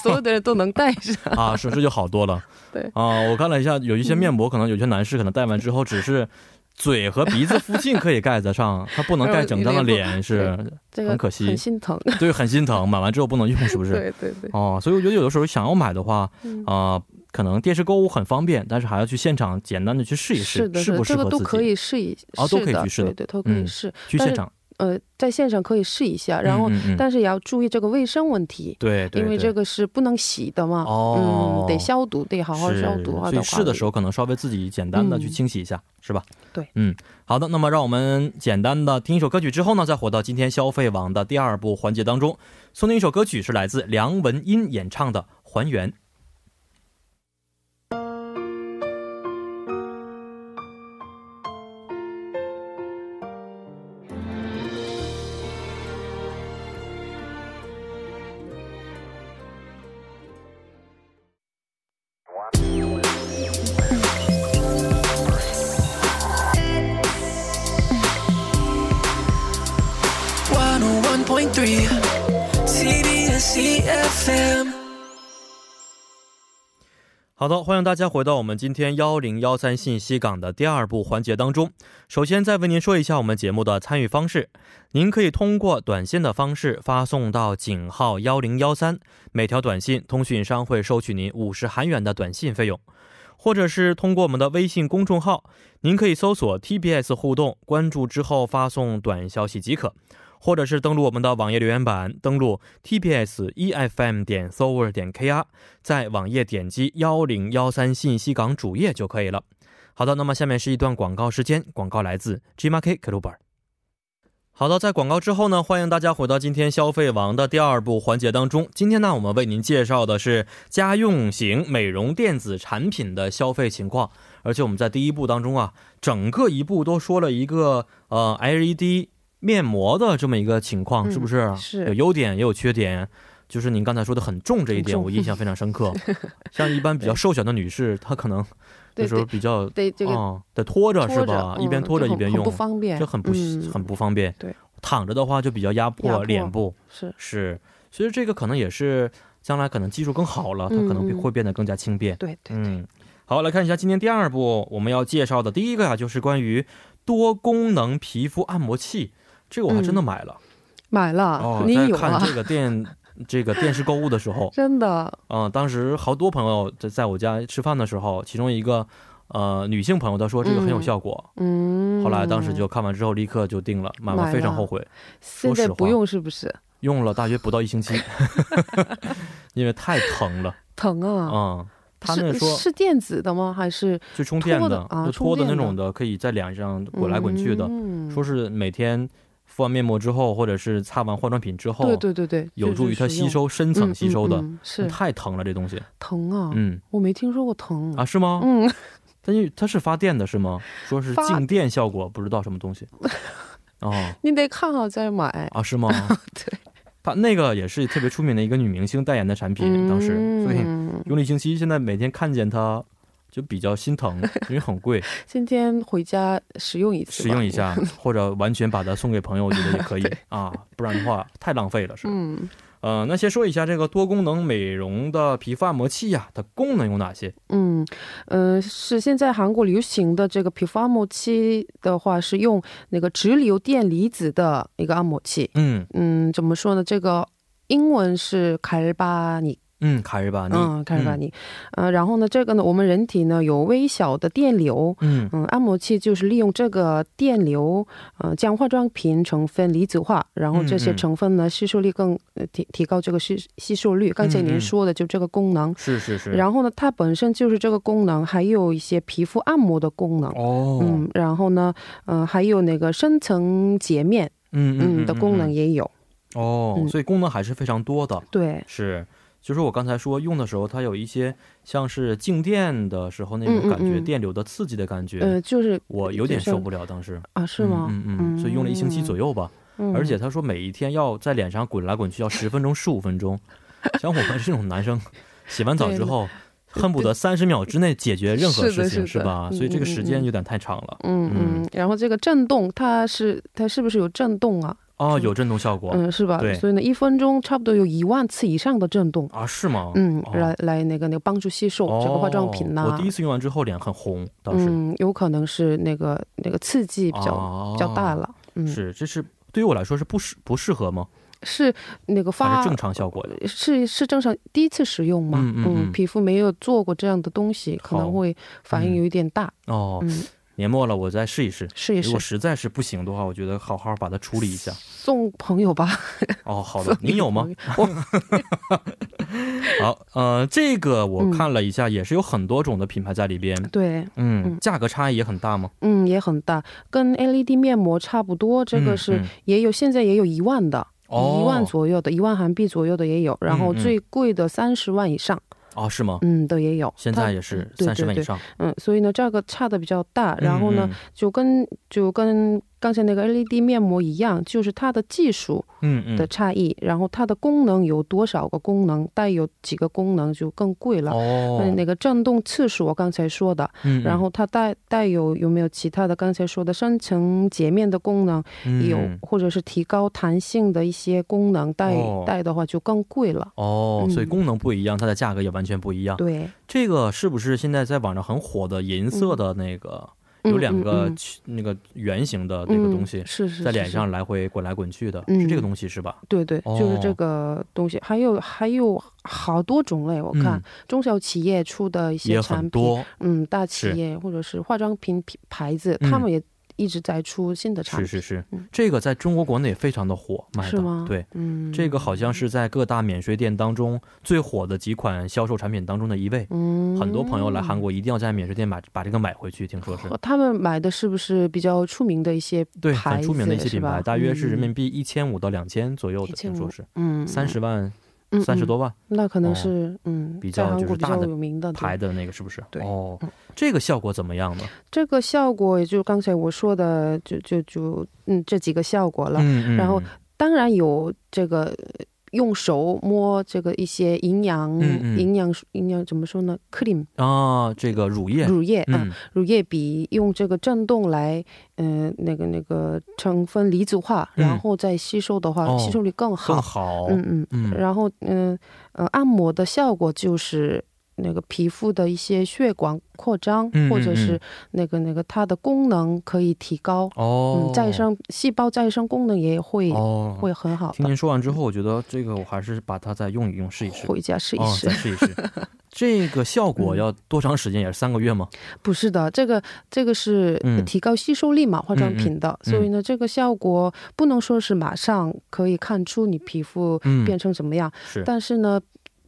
E: 所有的人都能戴 上。
A: 啊，是这就好多了。
E: 对嗯
A: 啊、我看了一下，有一些面膜，可能有些男士可能戴完之后，只是嘴和鼻子附近可以盖得上，它不能盖整张的脸， 是
E: 这个
A: 很可惜
E: 很心疼。
A: 对，很心疼。买完之后不能用，是不是？
E: 对对对，
A: 哦，所以我觉得有的时候想要买的话，
E: 嗯
A: 啊、可能电视购物很方便，但是还要去现场简单的去试一试，
E: 是的，
A: 适
E: 的，
A: 不适
E: 这
A: 合
E: 个
A: 自己。
E: 都可以试一，
A: 哦都可以
E: 的
A: 去试的
E: 对对，都可以
A: 嗯
E: 试。
A: 去
E: 但
A: 现
E: 是
A: 场，
E: 呃，在线上可以试一下，然后
A: 嗯嗯嗯
E: 但是也要注意这个卫生问题，
A: 对对，
E: 因为
A: 对
E: 这个是不能洗的嘛，
A: 哦
E: 嗯，得消毒，得好好
A: 是
E: 消毒啊。
A: 所以试的时
E: 候，
A: 候可能稍微自己简单的去
E: 嗯
A: 清洗一下，是吧？
E: 对，
A: 嗯，好的。那么让我们简单的听一首歌曲之后呢，再回到今天消费网的第二部环节当中，送您一首歌曲是来自梁文音演唱的《还原》。
F: 101.3 CBS EFM
A: 好的，欢迎大家回到我们今天幺零幺三信息港的第二部环节当中。首先，再为您说一下我们节目的参与方式。您可以通过短信的方式发送到井号幺零幺三，每条短信通讯商会收取您五十韩元的短信费用，或者是通过我们的微信公众号，您可以搜索 TBS 互动，关注之后发送短消息即可。或者是登录我们的网页留言板，登录 tbs efm 点 s o v e r 点 kr，在网页点击幺零幺三信息港主页就可以了。好的，那么下面是一段广告时间，广告来自 GMK Cluber。好的，在广告之后呢，欢迎大家回到今天消费王的第二部环节当中。今天呢，我们为您介绍的是家用型美容电子产品的消费情况，而且我们在第一部当中啊，整个一部都说了一个呃 LED 面膜的这么一个情况，
E: 嗯
A: 是不啊是？
E: 是
A: 有优点也有缺点。就是您刚才说的很重这一点，
E: 很重
A: 我印象非常深 刻。像一般比较瘦小的女士，她可能有
E: 对
A: 时候
E: 对
A: 比较
E: 对这个
A: 啊，得拖着是
E: 拖着
A: 吧？一边
E: 嗯
A: 拖着一
E: 就很
A: 边
E: 很
A: 用
E: 不，方便，
A: 这很不
E: 嗯
A: 很不方便。
E: 对，
A: 躺着的话就比较压
E: 压
A: 迫
E: 迫
A: 脸部，
E: 是
A: 是。所以这个可能也是将来可能技术更好了，它可能
E: 嗯嗯
A: 会变得更加轻便。
E: 对对对，
A: 嗯，好，来看一下今天第二步我们要介绍的第一个啊，就是关于多功能皮肤按摩器，这个我还真的
E: 嗯
A: 买了。
E: 买了
A: 哦，，
E: 你
A: 在
E: 有
A: 看
E: 啊？
A: 这个电这个电视购物的时候，
E: 真的，
A: 嗯、当时好多朋友在在我家吃饭的时候，其中一个呃女性朋友她说这个很有
E: 嗯
A: 效果，
E: 嗯。
A: 后来当时就看完之后立刻就定了，买完
E: 买
A: 非常
E: 了
A: 后悔，
E: 现在不用是不是？
A: 用了大约不到一星 期，因为太疼了。
E: 疼啊！
A: 嗯，他那
E: 是
A: 说
E: 是电子的吗？还是
A: 就充电
E: 拖
A: 的
E: 的，啊
A: 就
E: 充
A: 拖的那
E: 电的
A: 种的，可以在脸上滚来滚去的。
E: 嗯、
A: 说是每天敷完面膜之后，或者是擦完化妆品之后，
E: 对对对对，
A: 有助于它吸收深
E: 这就
A: 层
E: 是
A: 吸
E: 实用
A: 收的。
E: 嗯嗯嗯是
A: 太疼了，这东西。
E: 疼啊！
A: 嗯
E: 我没听说过疼
A: 啊，。是吗？
E: 嗯，
A: 它就它是发电的，是吗？说是
E: 发
A: 静电效果，不知道什么东 西。哦
E: 你得看好再买。
A: 啊，是吗？
E: 对，
A: 它那个也是特别出名的一个女明星代言的产品，当时，所以
E: 嗯
A: 用了一星期，现在每天看见它就比较心疼，因为很 贵，
E: 今天回家使用一次，
A: 使用一。下，或者完全把它送给朋友，我觉得也可 以啊，不然的话太浪费了，是。
E: 嗯
A: 呃，那先说一下这个多功能美容的皮肤按摩器呀、它功能有哪些？
E: 嗯，呃，是现在韩国流行的这个皮肤按摩器的话，是用那个直流电离子的一个按摩器。
A: 嗯
E: 嗯，怎么说呢？这个英文是卡尔巴尼，
A: 嗯，卡日巴尼，
E: 嗯，卡尔巴尼，呃，然后呢，这个呢，我们人体呢有微小的电流，
A: 嗯，
E: 嗯，按摩器就是利用这个电流，呃，将化妆品成分离子化，然后这
A: 嗯
E: 些
A: 嗯
E: 成分呢吸收率更呃提提高这个吸吸收率。刚才
A: 嗯
E: 您
A: 嗯
E: 说的就这个功能，
A: 是是是，
E: 然后呢，它本身就是这个功能，还有一些皮肤按摩的功能。
A: 哦，
E: 嗯，然后呢，呃，还有那个深层洁面，
A: 嗯
E: 嗯的功能
A: 嗯
E: 也有，
A: 哦，
E: 嗯
A: 所以功能还是非常多的，
E: 对，
A: 是。就是我刚才说用的时候，它有一些像是静电的时候那
E: 嗯
A: 种
E: 嗯
A: 感觉，
E: 嗯
A: 电流的刺激的感觉，
E: 呃，就是
A: 我有点
E: 就是
A: 受不了。当时
E: 啊，是吗？
A: 嗯嗯嗯，所以用了一星期左右吧。
E: 嗯
A: 而且他说每一天要在脸上滚来滚去，要十分钟、十五分钟。像我们这种男生，洗完澡之后，恨不得三十秒之内解决任何
E: 是的
A: 事情，
E: 是
A: 是
E: 的
A: 吧？
E: 嗯
A: 所以这个时间
E: 嗯嗯
A: 有点太长了。
E: 嗯
A: 嗯
E: 嗯，然后这个震动，它是它是不是有震动啊？
A: 哦，
E: 是
A: 有震动效果
E: 嗯，是吧
A: 对？
E: 所以呢，一分钟差不多有一万次以上的震动，
A: 啊？是吗？
E: 嗯
A: 哦，
E: 来来那个那个帮助吸收
A: 哦，
E: 这个化妆品呐、
A: 我第一次用完之后脸很红，倒是
E: 嗯，有可能是那个那个刺激比较、比较大。
A: 哦
E: 了，嗯，
A: 是，这是对于我来说是不适不适合吗？
E: 是那个
A: 还
E: 发
A: 是正常效果的？
E: 是是正常第一次使用嘛，
A: 嗯嗯嗯
E: 皮肤没有做过这样的东西，可
A: 好
E: 能会反应有一点大，
A: 哦，
E: 嗯，
A: 年末了，我再试一试。
E: 试一
A: 如
E: 试
A: 果，实在是不行的话，我觉得好好把它处理一 下。
E: 送朋友吧。
A: 哦，好
E: 送
A: 的，您有吗？
E: 给朋友？
A: 好，呃，这个我
E: 嗯
A: 看了一下，也是有很多种的品牌在里边。
E: 我对，
A: 嗯，
E: 嗯
A: 价格差异也很大吗？
E: 嗯，也很大，跟 LED 面膜差不多，这
A: 嗯
E: 个是
A: 嗯
E: 也有，现在也有一万的。
A: 哦
E: 一万左右的，一万韩币左右的也有，然后
A: 嗯嗯
E: 最贵的三十万以上，
A: 哦，是吗？
E: 嗯的也有。
A: 现
E: 它
A: 在也是
E: 对
A: 三十万以
E: 对对
A: 上。嗯
E: 嗯，所以呢，价格差的比较大。然后呢，就跟就跟刚才那个 LED 面膜一样，就是它的技术
A: 嗯，嗯
E: 的
A: 嗯，
E: 差异，然后它的功能有多少个功能，带有几个功能就更贵了。嗯，
A: 哦，
E: 那个震动次数我刚才说的，
A: 嗯，
E: 然后它带带有有没有其他的刚才说的深层洁面的功能，
A: 嗯
E: 有
A: 嗯
E: 或者是提高弹性的一些功能，带
A: 哦
E: 带的话就更贵了。
A: 哦，所以
E: 嗯
A: 功能不一样，它的价格也完全不一样。
E: 对，
A: 这个是不是现在在网上很火的银色的那个，有
E: 嗯
A: 两个
E: 嗯
A: 曲那个圆形的
E: 嗯
A: 那个东西
E: 嗯、是是
A: 在脸，
E: 是
A: 上来回滚来滚去的，
E: 嗯
A: 是这个东西是吧？
E: 是对对，
A: 哦
E: 就是这个东西，还有还有好多种类，我看、
A: 嗯
E: 中小企业出的一些
A: 也
E: 产
A: 很
E: 品，
A: 多，
E: 嗯，大企
A: 是
E: 业或者是化妆品品牌子，
A: 嗯
E: 他们也一直在出新的产
A: 是
E: 品，
A: 是是
E: 嗯，
A: 这个在中国国内也非常的火，卖
E: 是
A: 的
E: 吗？
A: 对。，
E: 嗯，
A: 这个好像是在各大免税店当中最火的几款销售产品当中的一位。
E: 嗯，
A: 很多朋友来韩国一定要在免税店买把这个买回去，听说是
E: 哦他们买的是不是比较出名的一些
A: 对
E: 牌
A: 很
E: 子
A: 出名的一些
E: 是
A: 品
E: 吧嗯
A: 牌，大约是人民
E: 币
A: 币一千五到两千左右的，听说是
E: 嗯
A: 三十万、
E: 嗯
A: 三十
E: 嗯
A: 多万
E: 那可能
A: 哦
E: 是、嗯，
A: 比
E: 在
A: 较
E: 韩
A: 就是
E: 国比
A: 大
E: 较
A: 的
E: 有名的
A: 牌
E: 对
A: 的那个是不是？
E: 对
A: 哦，这个效果怎么样呢？
E: 这个效果，也就是刚才我说的，就就就嗯这几个效果了。
A: 嗯
E: 然后
A: 嗯
E: 当然有这个呃用手摸这个一些营养、
A: 嗯嗯
E: 营养营养怎么说呢？cream
A: 啊，这个乳液，
E: 乳液，啊
A: 嗯，
E: 乳液比用这个震动来，嗯、那个那个成分离子化，
A: 嗯
E: 然后再吸收的话，
A: 哦
E: 吸收率更好。
A: 更好，
E: 嗯嗯。
A: 嗯，
E: 然后嗯呃按摩的效果就是那个皮肤的一些血管扩张，
A: 嗯嗯
E: 或者
A: 嗯
E: 是那个那个它的功能可以提高，
A: 哦，
E: 嗯，再生细胞再生功能也会、
A: 哦，
E: 会很好
A: 听
E: 的。
A: 您说完之后，我觉得这个我还是把它再用一用，试一试。
E: 回家试一
A: 哦，
E: 试，
A: 再试一试。 这个效果要多长时间？也是三个月吗？
E: 不是的，这个这个是
A: 嗯
E: 提高吸收力嘛，化妆品的，
A: 嗯
E: 所以呢，这个效果不能说是马上可以看出你皮肤
A: 嗯
E: 变成什么样，
A: 是
E: 但是呢，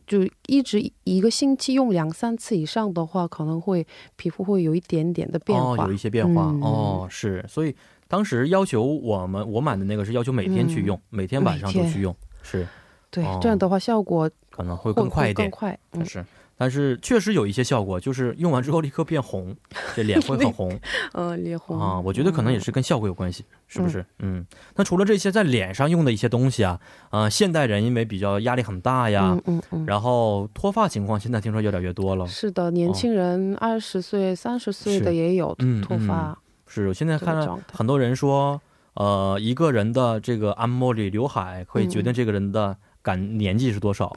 E: 就一直一个星期用两三次以上的话，可能会皮肤会有一点点的变
A: 哦，
E: 化。
A: 有一些变化、
E: 嗯
A: 哦，是。所以当时要求我们我买的那个是要求每天
E: 嗯
A: 去用，每天晚上都去用，是
E: 对
A: 哦，
E: 这样的话效果
A: 可能会
E: 会
A: 更快
E: 会
A: 一点
E: 更。快。
A: 但
E: 嗯，
A: 是，但是确实有一些效果，就是用完之后立刻变红，这脸会很红
E: 呃，脸红嗯
A: 啊。我觉得可能也是跟效果有关系，是不是？嗯。那除了这些在脸上用的一些东西啊，啊、现代人因为比较压力很大呀，
E: 嗯嗯嗯，
A: 然后脱发情况现在听说越来越多了。
E: 是的，年轻人二十岁、三十岁的
A: 是
E: 也有
A: 嗯
E: 脱
A: 嗯
E: 发。
A: 是，我现在
E: 这个
A: 看
E: 状态
A: 很多人说，呃，一个
E: 嗯
A: 人的这个按摩里刘海可以决定这个人的感年纪是多少。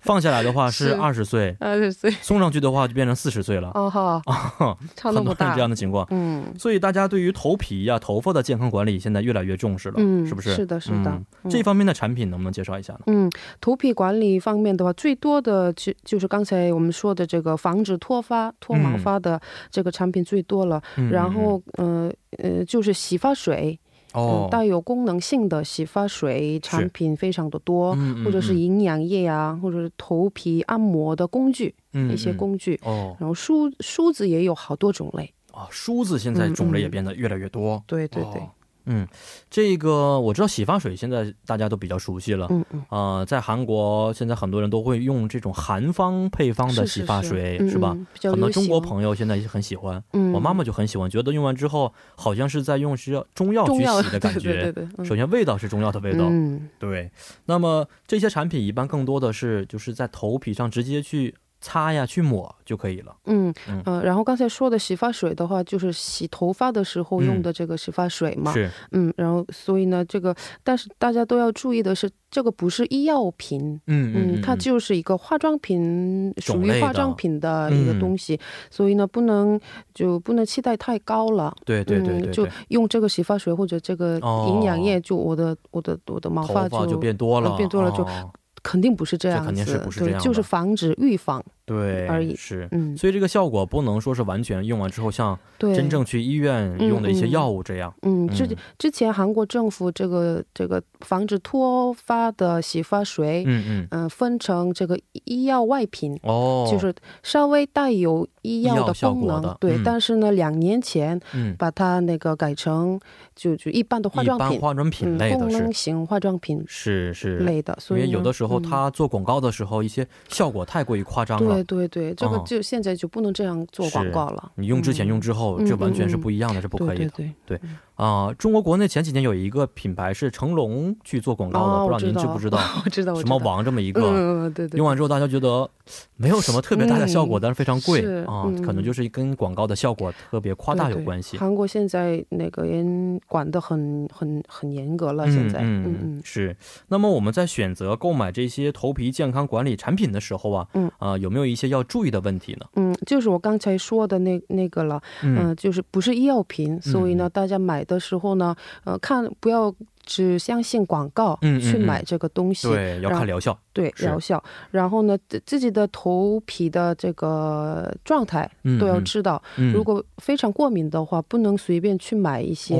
A: 放下来的 话是
E: 是
A: 二十岁，
E: 二十岁，
A: 送上去的话就变成四十岁了。
E: 哦哈， 差那
A: 啊很
E: 么
A: 多人
E: 大
A: 这，样的情况，
E: 嗯
A: 所以大家对于头皮呀、头发的健康管理现在越来越重视了，
E: 嗯，
A: 是不是？
E: 是的，是的
A: 嗯。这方面的产品能不能介绍一下呢？
E: 嗯，头皮管理方面的话，最多的就就是刚才我们说的这个防止脱发、脱毛
A: 嗯
E: 发的这个产品最多了。
A: 嗯
E: 然后，呃呃，就是洗发水，
A: 嗯
E: 嗯
A: 哦，
E: 带有功能性的洗发水产品非常的多，
A: 嗯
E: 或者是营养液啊，或者是头皮按摩的工具，一些
A: 具
E: 工具。
A: 嗯哦
E: 然后梳梳子也有好多种类，
A: 啊，梳子现在种类也变得越来越多。
E: 对嗯对对，
A: 哦嗯，这个我知道洗发水现在大家都比较熟悉了，
E: 嗯嗯，
A: 呃，在韩国现在很多人都会用这种韩方配方的洗发水，
E: 是
A: 吧？
E: 嗯嗯比较
A: 很多
E: 流
A: 中国
E: 行
A: 朋友现在也很喜欢，
E: 嗯，
A: 我妈妈就很喜欢，觉得用完之后好像是在用是要中药
E: 中
A: 去
E: 药
A: 洗的感觉。
E: 对对对对，
A: 首先，味道是中药的味道，
E: 嗯，
A: 对。那么这些产品一般更多的是就是在头皮上直接去擦呀、去抹就可以了。
E: 嗯
A: 嗯
E: 呃，然后刚才说的洗发水的话，就是洗头发的时候用的这个洗发水嘛。
A: 嗯是，
E: 嗯然后所以呢，这个但是大家都要注意的是，这个不是医药品。
A: 嗯嗯，
E: 它就是一个化妆品，
A: 种
E: 属
A: 类
E: 于
A: 的
E: 化妆品的一个
A: 嗯
E: 东西，所以呢，不能就不能期待太高了。
A: 对对对对
E: 嗯，
A: 对，
E: 就用这个洗发水或者这个
A: 哦
E: 营养液，就我的我的我的毛
A: 头
E: 发
A: 发
E: 就
A: 就变多了，
E: 嗯变多了就
A: 哦
E: 肯定不是这
A: 这
E: 样子，
A: 肯定是不是这
E: 对，
A: 样
E: 就
A: 的
E: 是防止预防，
A: 对
E: 而已
A: 是。
E: 嗯，
A: 所以这个效果不能说是完全用完之后像
E: 对，
A: 真正去医院用的一些
E: 嗯嗯
A: 药物这样，
E: 嗯，之
A: 嗯
E: 之前韩国政府这个这个防止脱发的洗发水，
A: 嗯嗯，
E: 嗯、分成这个医药外品。
A: 哦，
E: 就是稍微带有医药的
A: 医药效
E: 功
A: 果
E: 能，
A: 的
E: 对、
A: 嗯
E: 但是呢，两年前
A: 嗯，
E: 把它那个改成就就一般的化
A: 一
E: 妆
A: 般
E: 品，
A: 化妆品类
E: 嗯、
A: 的
E: 功
A: 是
E: 能型化妆品
A: 是是，
E: 类的，
A: 因
E: 所以
A: 为
E: 呢
A: 有的时候
E: 嗯
A: 他做广告的时候一些效果太过于夸张了
E: 对，对对，这个
A: 嗯
E: 就现在就不能这样做广
A: 是
E: 告了，
A: 你用之前
E: 嗯
A: 用之后
E: 嗯
A: 这完全是
E: 嗯嗯
A: 不一样的，是不可以
E: 对
A: 的
E: 对对，
A: 啊。中国国内前几年有一个品牌是成龙去做广告的，
E: 哦
A: 不知
E: 我
A: 道您知不知 道？
E: 我知道，我
A: 什
E: 知
A: 么
E: 道，
A: 王这么一
E: 嗯
A: 个，
E: 嗯，嗯对对，
A: 用完之后大家觉得没有什么特别大的效果，
E: 嗯
A: 但是非常贵
E: 是
A: 啊，
E: 嗯
A: 可能就是跟广告的效果特别夸大
E: 对
A: 有
E: 对
A: 关系。
E: 韩国现在那个人管得很很很严格了，现
A: 嗯
E: 在，
A: 嗯
E: 嗯
A: 是。那么我们在选择购买这些头皮健康管理产品的时候啊，
E: 嗯
A: 啊、有没有一些要注意的问题呢？
E: 嗯，就是我刚才说的那那个了，嗯、
A: 嗯
E: 就是不是医药品，所以呢，大家买的时候呢，呃，看不要只相信广告、
A: 嗯嗯
E: 去
A: 嗯
E: 买这个东西，
A: 对，要
E: 然
A: 看
E: 后
A: 疗效。
E: 对
A: 是
E: 疗效。然后呢，自自己的头皮的这个状态
A: 嗯，
E: 都要
A: 嗯
E: 知道，
A: 嗯
E: 如果非常过敏的话，不能随便去买一些，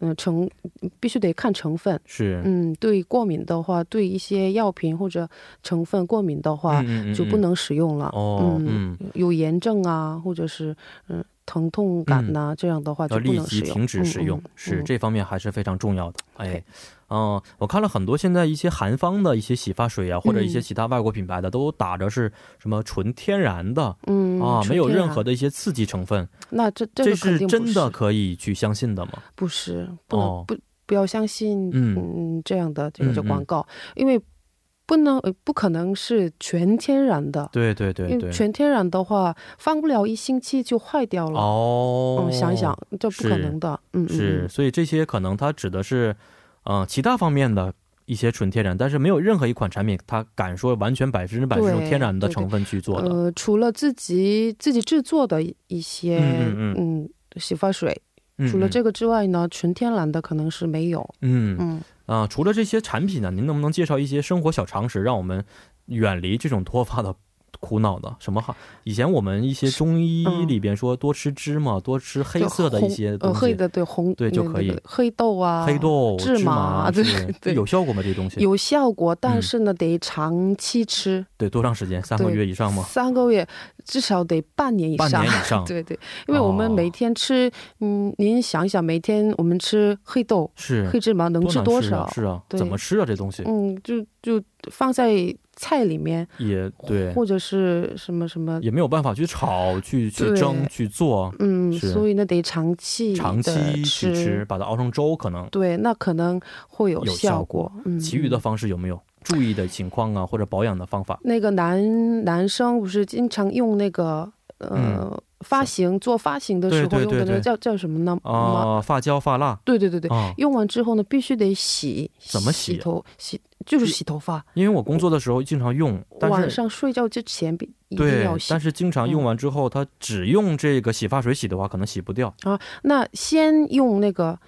E: 嗯、
A: 哦，
E: 成必须得看成分。
A: 是，
E: 嗯，对过敏的话，对一些药品或者成分过敏的话，
A: 嗯
E: 就不。
A: 嗯嗯
E: 能使用了。
A: 哦，
E: 嗯，
A: 嗯，
E: 有炎症啊，或者是嗯疼痛感呐、这样的话啊
A: 嗯
E: 就
A: 要
E: 不
A: 立
E: 能使
A: 即
E: 用。
A: 停止使用，
E: 嗯嗯
A: 是
E: 嗯
A: 这方面还是非常重要的。哎，嗯、我看了很多现在一些韩方的一些洗发水啊，或者一些
E: 嗯
A: 其他外国品牌的，都打着是什么纯天然的、
E: 嗯
A: 啊，没有任何
E: 的。
A: 的一些刺激成分，
E: 那这这
A: 这
E: 个肯
A: 是
E: 定不
A: 真的
E: 是
A: 可以去相信的吗？
E: 不是不能、
A: 哦
E: 不不要相信
A: 嗯
E: 嗯这样的这个
A: 嗯
E: 这
A: 嗯
E: 广告，因为不能呃不可能是全天然的。
A: 对对对
E: 因
A: 对
E: 为，全天然的话，放不了一星期就坏掉了。
A: 哦，
E: 嗯，想想这不可
A: 是
E: 能的。嗯，嗯
A: 是，
E: 嗯
A: 所以这些可能它指的是，呃，其他方面的一些纯天然，但是没有任何一款产品它敢说完全百分之百是用
E: 对
A: 天然的
E: 对对
A: 成分去做的。
E: 呃，除了自己自己制作的一一些
A: 嗯嗯
E: 洗发水，
A: 嗯
E: 除了这
A: 个，
E: 个之外呢，纯天然的可能是没有。
A: 嗯啊、
E: 嗯
A: 除了这些产品呢，您能不能介绍一些生活小常识，让我们远离这种脱发的？苦恼呢？什么哈？以前我们一些中医
E: 嗯
A: 里边说多吃芝麻，多吃黑
E: 就
A: 色的一
E: 红
A: 些东
E: 呃
A: 西，
E: 黑的对红
A: 对就
E: 那
A: 可
E: 那
A: 以
E: 个黑豆啊，
A: 黑豆、
E: 芝
A: 芝麻
E: 麻对
A: 是
E: 对
A: 有效果吗？这东西
E: 有效果，但
A: 嗯
E: 是呢，得长期吃，
A: 对多长时间？三个
E: 对
A: 月以上吗？
E: 三个月至少得半年以
A: 半
E: 上
A: 年。以上？
E: 对对，因为我们
A: 哦
E: 每天吃，嗯，您想想，每天我们吃黑豆、
A: 是
E: 黑芝麻能
A: 多
E: 吃
A: 难
E: 多
A: 啊
E: 少？
A: 是啊，
E: 对
A: 怎么吃啊？这东西
E: 嗯，就就放在菜里面，
A: 也对，
E: 或者是什么什么，
A: 也没有办法去炒、去去
E: 对
A: 蒸、去做，
E: 嗯，
A: 是
E: 所以呢，得长期
A: 长
E: 地
A: 期去吃，把它熬成粥，可能
E: 对，那可能会有
A: 有效
E: 效
A: 果
E: 嗯，
A: 其余的方式有没有注意的情况 啊，或者保养的方法？
E: 那个男男生不是经常用那个呃、发型做发型的时候
A: 嗯对对
E: 用的那
A: 对对
E: 个叫叫什么呢？吗
A: 啊，发胶、发蜡
E: 对对对对，
A: 啊，
E: 用完之后呢，必须得洗，
A: 怎么洗啊
E: 洗头洗就是洗头发，
A: 因为我工作的时候经常用，但
E: 晚
A: 是
E: 上睡觉之前必一定
A: 对
E: 要，洗嗯
A: 但。是经常用完之后，它只用这个洗发水洗的话，可能洗不掉。
E: 那先用那个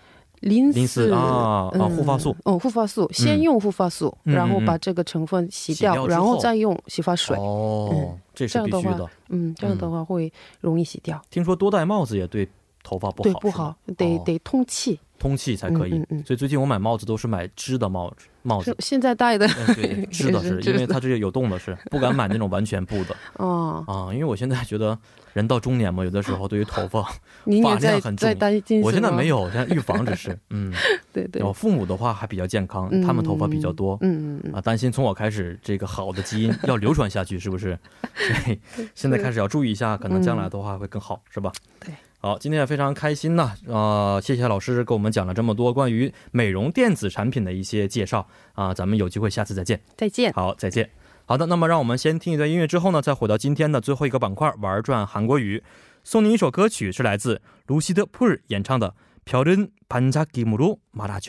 E: 磷
A: 林
E: 丝
A: 思啊啊，护发素，
E: 嗯，嗯护发素，先用护发素，
A: 嗯嗯
E: 然后把这个成分洗
A: 洗掉
E: 掉，
A: 之后
E: 然后再用洗发水。
A: 哦，这是
E: 这样
A: 必
E: 的
A: 须
E: 话
A: 的。
E: 嗯，这样的话会容易洗掉，
A: 听说多戴帽子也对头发不好，
E: 对，不
A: 是吗
E: 好，得、
A: 哦
E: 得通气。
A: 通气才可以。
E: 嗯嗯嗯
A: 所以最近我买帽子都是买织的帽 子，帽
E: 是
A: 子。
E: 现在戴的
A: 嗯，对，织的是，
E: 织
A: 因为
E: 的
A: 它这个有洞的是，不敢买那种完全布的
E: 哦，
A: 啊，因为我现在觉得人到中年嘛，有的时候对于头发，
E: 你
A: 发
E: 也
A: 量
E: 在
A: 很
E: 在
A: 重
E: 担心？
A: 我现在没
E: 有，
A: 有，现在预防只是，嗯，
E: 对对，
A: 我父母的话还比较健康，他们头发比较多，
E: 嗯嗯嗯，
A: 啊，担心从我开始这个好的基因要流传下去，是不是？ 所 以现在开始要注意一下，可能将来的话会更好，是吧？
E: 嗯对。
A: 好，今天也非常开心呐、呃，谢谢老师给我们讲了这么多关于美容电子产品的一些介绍啊、咱们有机会下次再见。
E: 再见。
A: 好，再见。好的，那么让我们先听一段音乐，之后呢，再回到今天的最后一个板块——玩转韩国语。送您一首歌曲，是来自卢西德·普尔演唱的《별은반짝임으로말하죠》。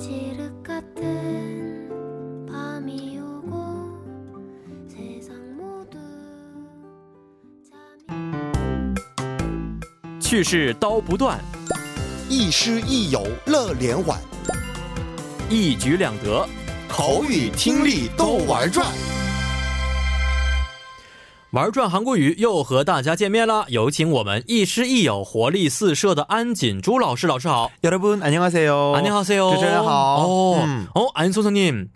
G: 지륵 같은 밤이 오고 세상 모두 잠이
A: 去世刀不断，
H: 亦师亦友乐连环，
A: 一举两得。
H: 口语听力都玩转。
A: 玩转韩国语又和大家见面啦！有请我们亦师亦友、活力四射的安锦珠老师，老师好。
I: 여러분 안녕하세요. 음.
A: 안녕하세요.
I: 主持人好。
A: 어,
I: 嗯
A: 어, 안 선생님,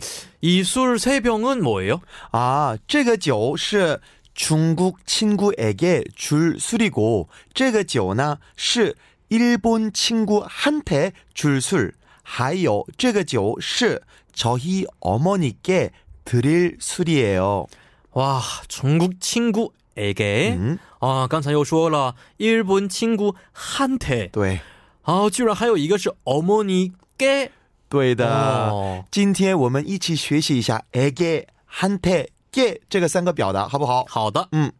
A: 이 술 세 병은 뭐예요?
I: 啊，这个酒是中国 아, 친구에게줄 술이고, 这个酒呢是일본친구한테줄 술. 还有这个酒是저희어머니께드릴술이에요。
A: 와, 중국 친구에게
I: 嗯，
A: 아, 刚才又说了日本친구한테 아,
I: 对，
A: 啊，居然还有一个是어머니께
I: 对的。
A: 哦
I: 今天我们一起学习一下에게한테게这个三个表达，好不好？
A: 好的，
I: 음.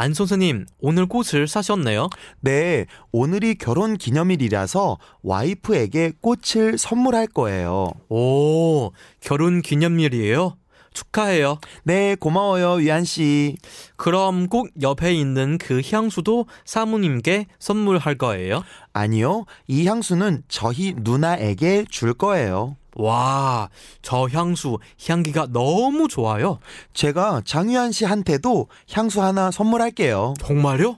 A: 안 선생님 오늘 꽃을 사셨네요.
I: 네, 오늘이 결혼 기념일이라서 와이프에게 꽃을 선물할 거예요.
A: 오, 결혼 기념일이에요. 축하해요.
I: 네, 고마워요, 위안 씨.
A: 그럼 꼭 옆에 있는 그 향수도 사모님께 선물할 거예요.
I: 아니요, 이 향수는 저희 누나에게 줄 거예요.
A: 와, 저 향수 향기가 너무 좋아요.
I: 제가 장유한 씨한테도 향수 하나 선물할게요.
A: 정말요?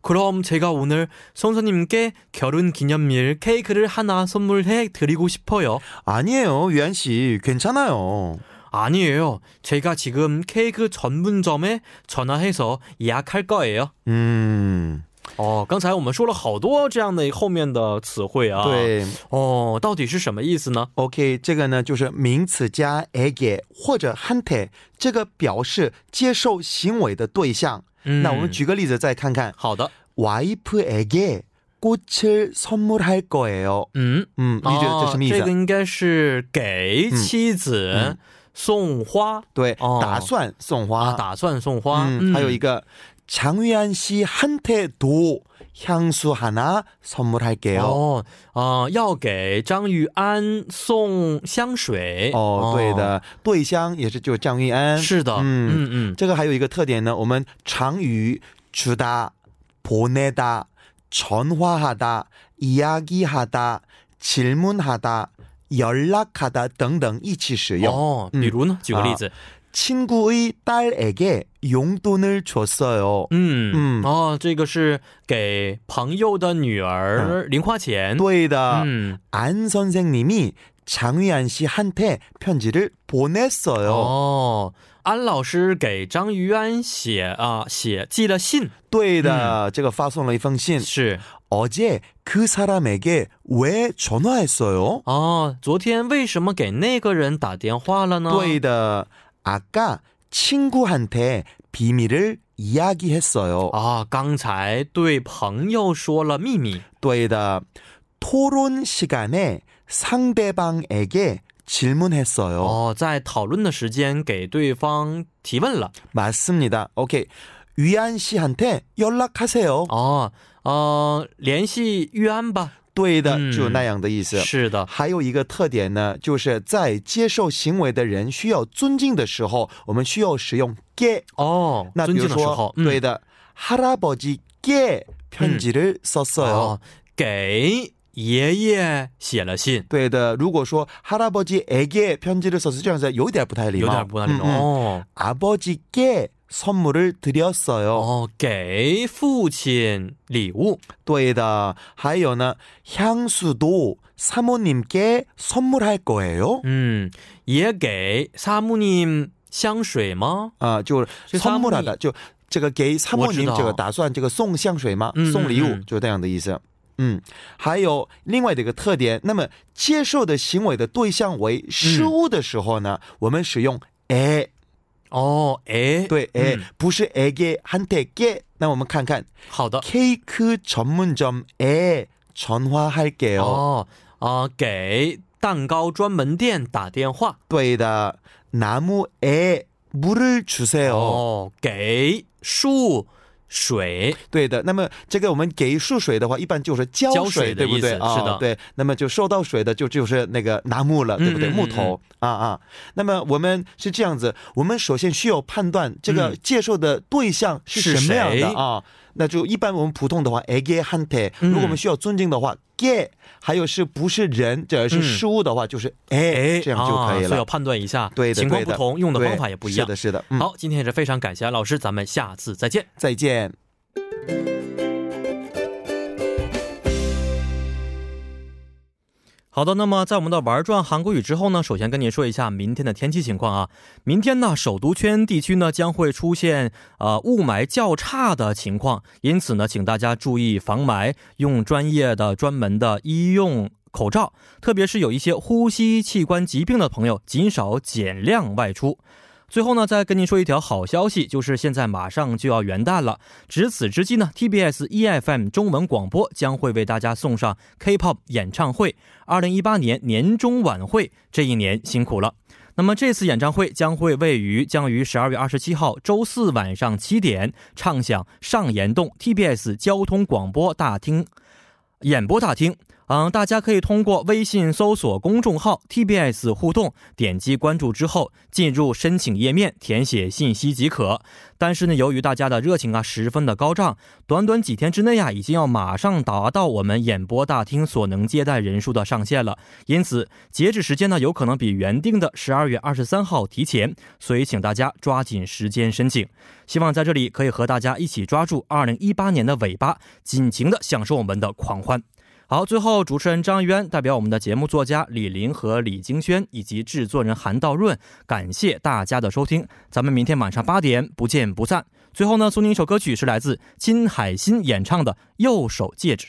A: 그럼 제가 오늘 선생님께 결혼 기념일 케이크를 하나 선물해 드리고 싶어요.
I: 아니에요, 위안 씨. 괜찮아요.
A: 아니에요. 제가 지금 케이크 전문점에 전화해서 예약할 거예요.
I: 음,
A: 哦，刚才我们说了好多这样的后面的词汇啊。，
I: 对。
A: 哦，到底是什么意思呢？
I: OK，这个呢就是名词加 age 或者 hante，这个表示接受行为的对象。
A: 嗯
I: 那我们举个例子再看看。
A: 好的，
I: 와이프에게 꽃을 선물할 거예요.
A: 嗯，
I: 음,
A: 哦
I: 리즈,
A: 这个
I: 这什么意思?
A: 应该是给妻子
I: 嗯
A: 送花，
I: 네,
A: 어.
I: 打算送花.
A: 打算送花。
I: 아,
A: 嗯
I: 음, 啊嗯还有一个 장위안 씨한테도 향수 하나 선물할게요.
A: 哦啊、要给张玉安送香水。哦
I: 어, 哦 음. 对的，对象也是就张玉安。
A: 是的，嗯
I: 嗯
A: 嗯，
I: 这个还有一个特点呢，我们常与주다보내다전화하다이야기하다질문하다연락하다等等一起使用。
A: 哦，比如呢，举个例子，
I: 음. 啊 친구의 딸에게 용돈을 줬어요.
A: 음. 嗯
I: 嗯
A: 哦，这个是给朋友的女
I: 嗯
A: 儿零花钱。嗯
I: 또이다.
A: 음.
I: 안 선생님이 장위안 씨한테 편지를 보냈어요.
A: 哦，安老师给张于安写啊写寄了信，
I: 또이다. 제가 发送了一封信.
A: 是
I: 어제 그 사람에게 왜 전화했어요?
A: 哦，昨天为什么给那个人打电话了呢？
I: 또이다. 아까 친구한테 비밀을 이야기했어요.
A: 啊，刚才对朋友说了秘密。
I: 또이다. 토론 시간에 상대방에게 질문했어요.
A: 哦，在讨论的时间给对方提问了。 아.
I: 맞습니다. 오케이. 위안 씨한테 연락하세요.
A: 哦，呃，联系玉安吧。
I: 对的，
A: 嗯
I: 就那样的意思。
A: 是的，
I: 还有一个特点呢，就是在接受行为的人需要尊敬的时候，我们需要使用 get。
A: 哦，
I: 那比
A: 어， 尊
I: 如
A: 敬的时
I: 说
A: 候，，嗯 음。
I: 对的，할아버지께편지를썼어요。
A: 哦，给爷爷写了信，
I: 对的，如果说할아버지에게편지를썼어요，这样子有点不太礼
A: 有
I: 貌，
A: 点不太礼貌。
I: 嗯嗯
A: 哦
I: 아버지께선물을드렸어요。
A: 哦，给父亲礼物。
I: 对的，还有呢，향수도사모님께선물할거예요。
A: 嗯，也给萨姆尼香水吗？
I: 啊、就是
A: 是
I: 아, 선물하다，
A: 사모님
I: 就这个给사모
A: 我知
I: 님
A: 道
I: 这个打算这个送香水吗？
A: 嗯
I: 送礼物
A: 嗯嗯
I: 就这样的意思。嗯，还有另外的一个特点， 음. 那么接受的行为的对象
A: 음。
I: 为事物的时候呢，我们使用哎，
A: 哦，哎，
I: 对哎、
A: 嗯
I: 不是哎给한테给。那我们看看
A: 好的。
I: 케이크 전문점 에전화할게요。
A: 哦啊、给蛋糕专门店打电话。
I: 对的, 나무에 물을 주세요.
A: 哦，给树水。
I: 对的，那么这个我们给树水的话，一般就是浇水，
A: 浇水的
I: 对不对？
A: 意思，是的。
I: 对，那么就收到水的就就是那个拿木了，对不对？啊
A: 嗯，嗯，嗯，嗯。是谁？
I: 木头啊啊。那么我们是这样子，我们首先需要判断这个接受的对象是什么样的啊。那就一般我们普通的话，에게한테
A: 嗯。嗯。哎，啊所以要
I: 如果我们需要尊敬的话，게还有是不是人，这是事物的话，就是哎这样就可以了。
A: 判断一下，
I: 对的，
A: 情况
I: 对的
A: 不同，用的
I: 对
A: 方法也不一
I: 是
A: 样
I: 的，。是的。嗯、，
A: 好，今天也是非常感谢安啊老师，咱们下次再见。
I: 再见。
A: 好的，那么在我们的玩转韩国语之后呢，首先跟您说一下明天的天气情况啊。明天呢，首都圈地区呢将会出现呃雾霾较差的情况，因此呢，请大家注意防霾，用专业的专门的医用。口罩，特别是有一些呼吸器官疾病的朋友，尽少减量外出。最后呢，再跟您说一条好消息，就是现在马上就要元旦了，值此之际呢，TBS EFM E 中文广播将会为大家送上 K-pop 演唱会二零一八年年终晚会，这一年辛苦了。那么这次演唱会将会位于将于十二月二十七号周四晚上七点唱响上岩洞 TBS 交通广播大厅演播大厅。嗯，大家可以通过微信搜索公众号 TBS 互动，点击关注之后进入申请页面填写信息即可。但是呢，由于大家的热情啊十分的高涨，短短几天之内啊，已经要马上达到我们演播大厅所能接待人数的上限了。因此，截止时间呢，有可能比原定的十二月二十三号提前，所以请大家抓紧时间申请。希望在这里可以和大家一起抓住二零一八年的尾巴，尽情的享受我们的狂欢。好，最后主持人张渊代表我们的节目作家李林和李京轩以及制作人韩道润，感谢大家的收听，咱们明天晚上八点不见不散。最后呢，送您一首歌曲，是来自金海心演唱的《右手戒指》。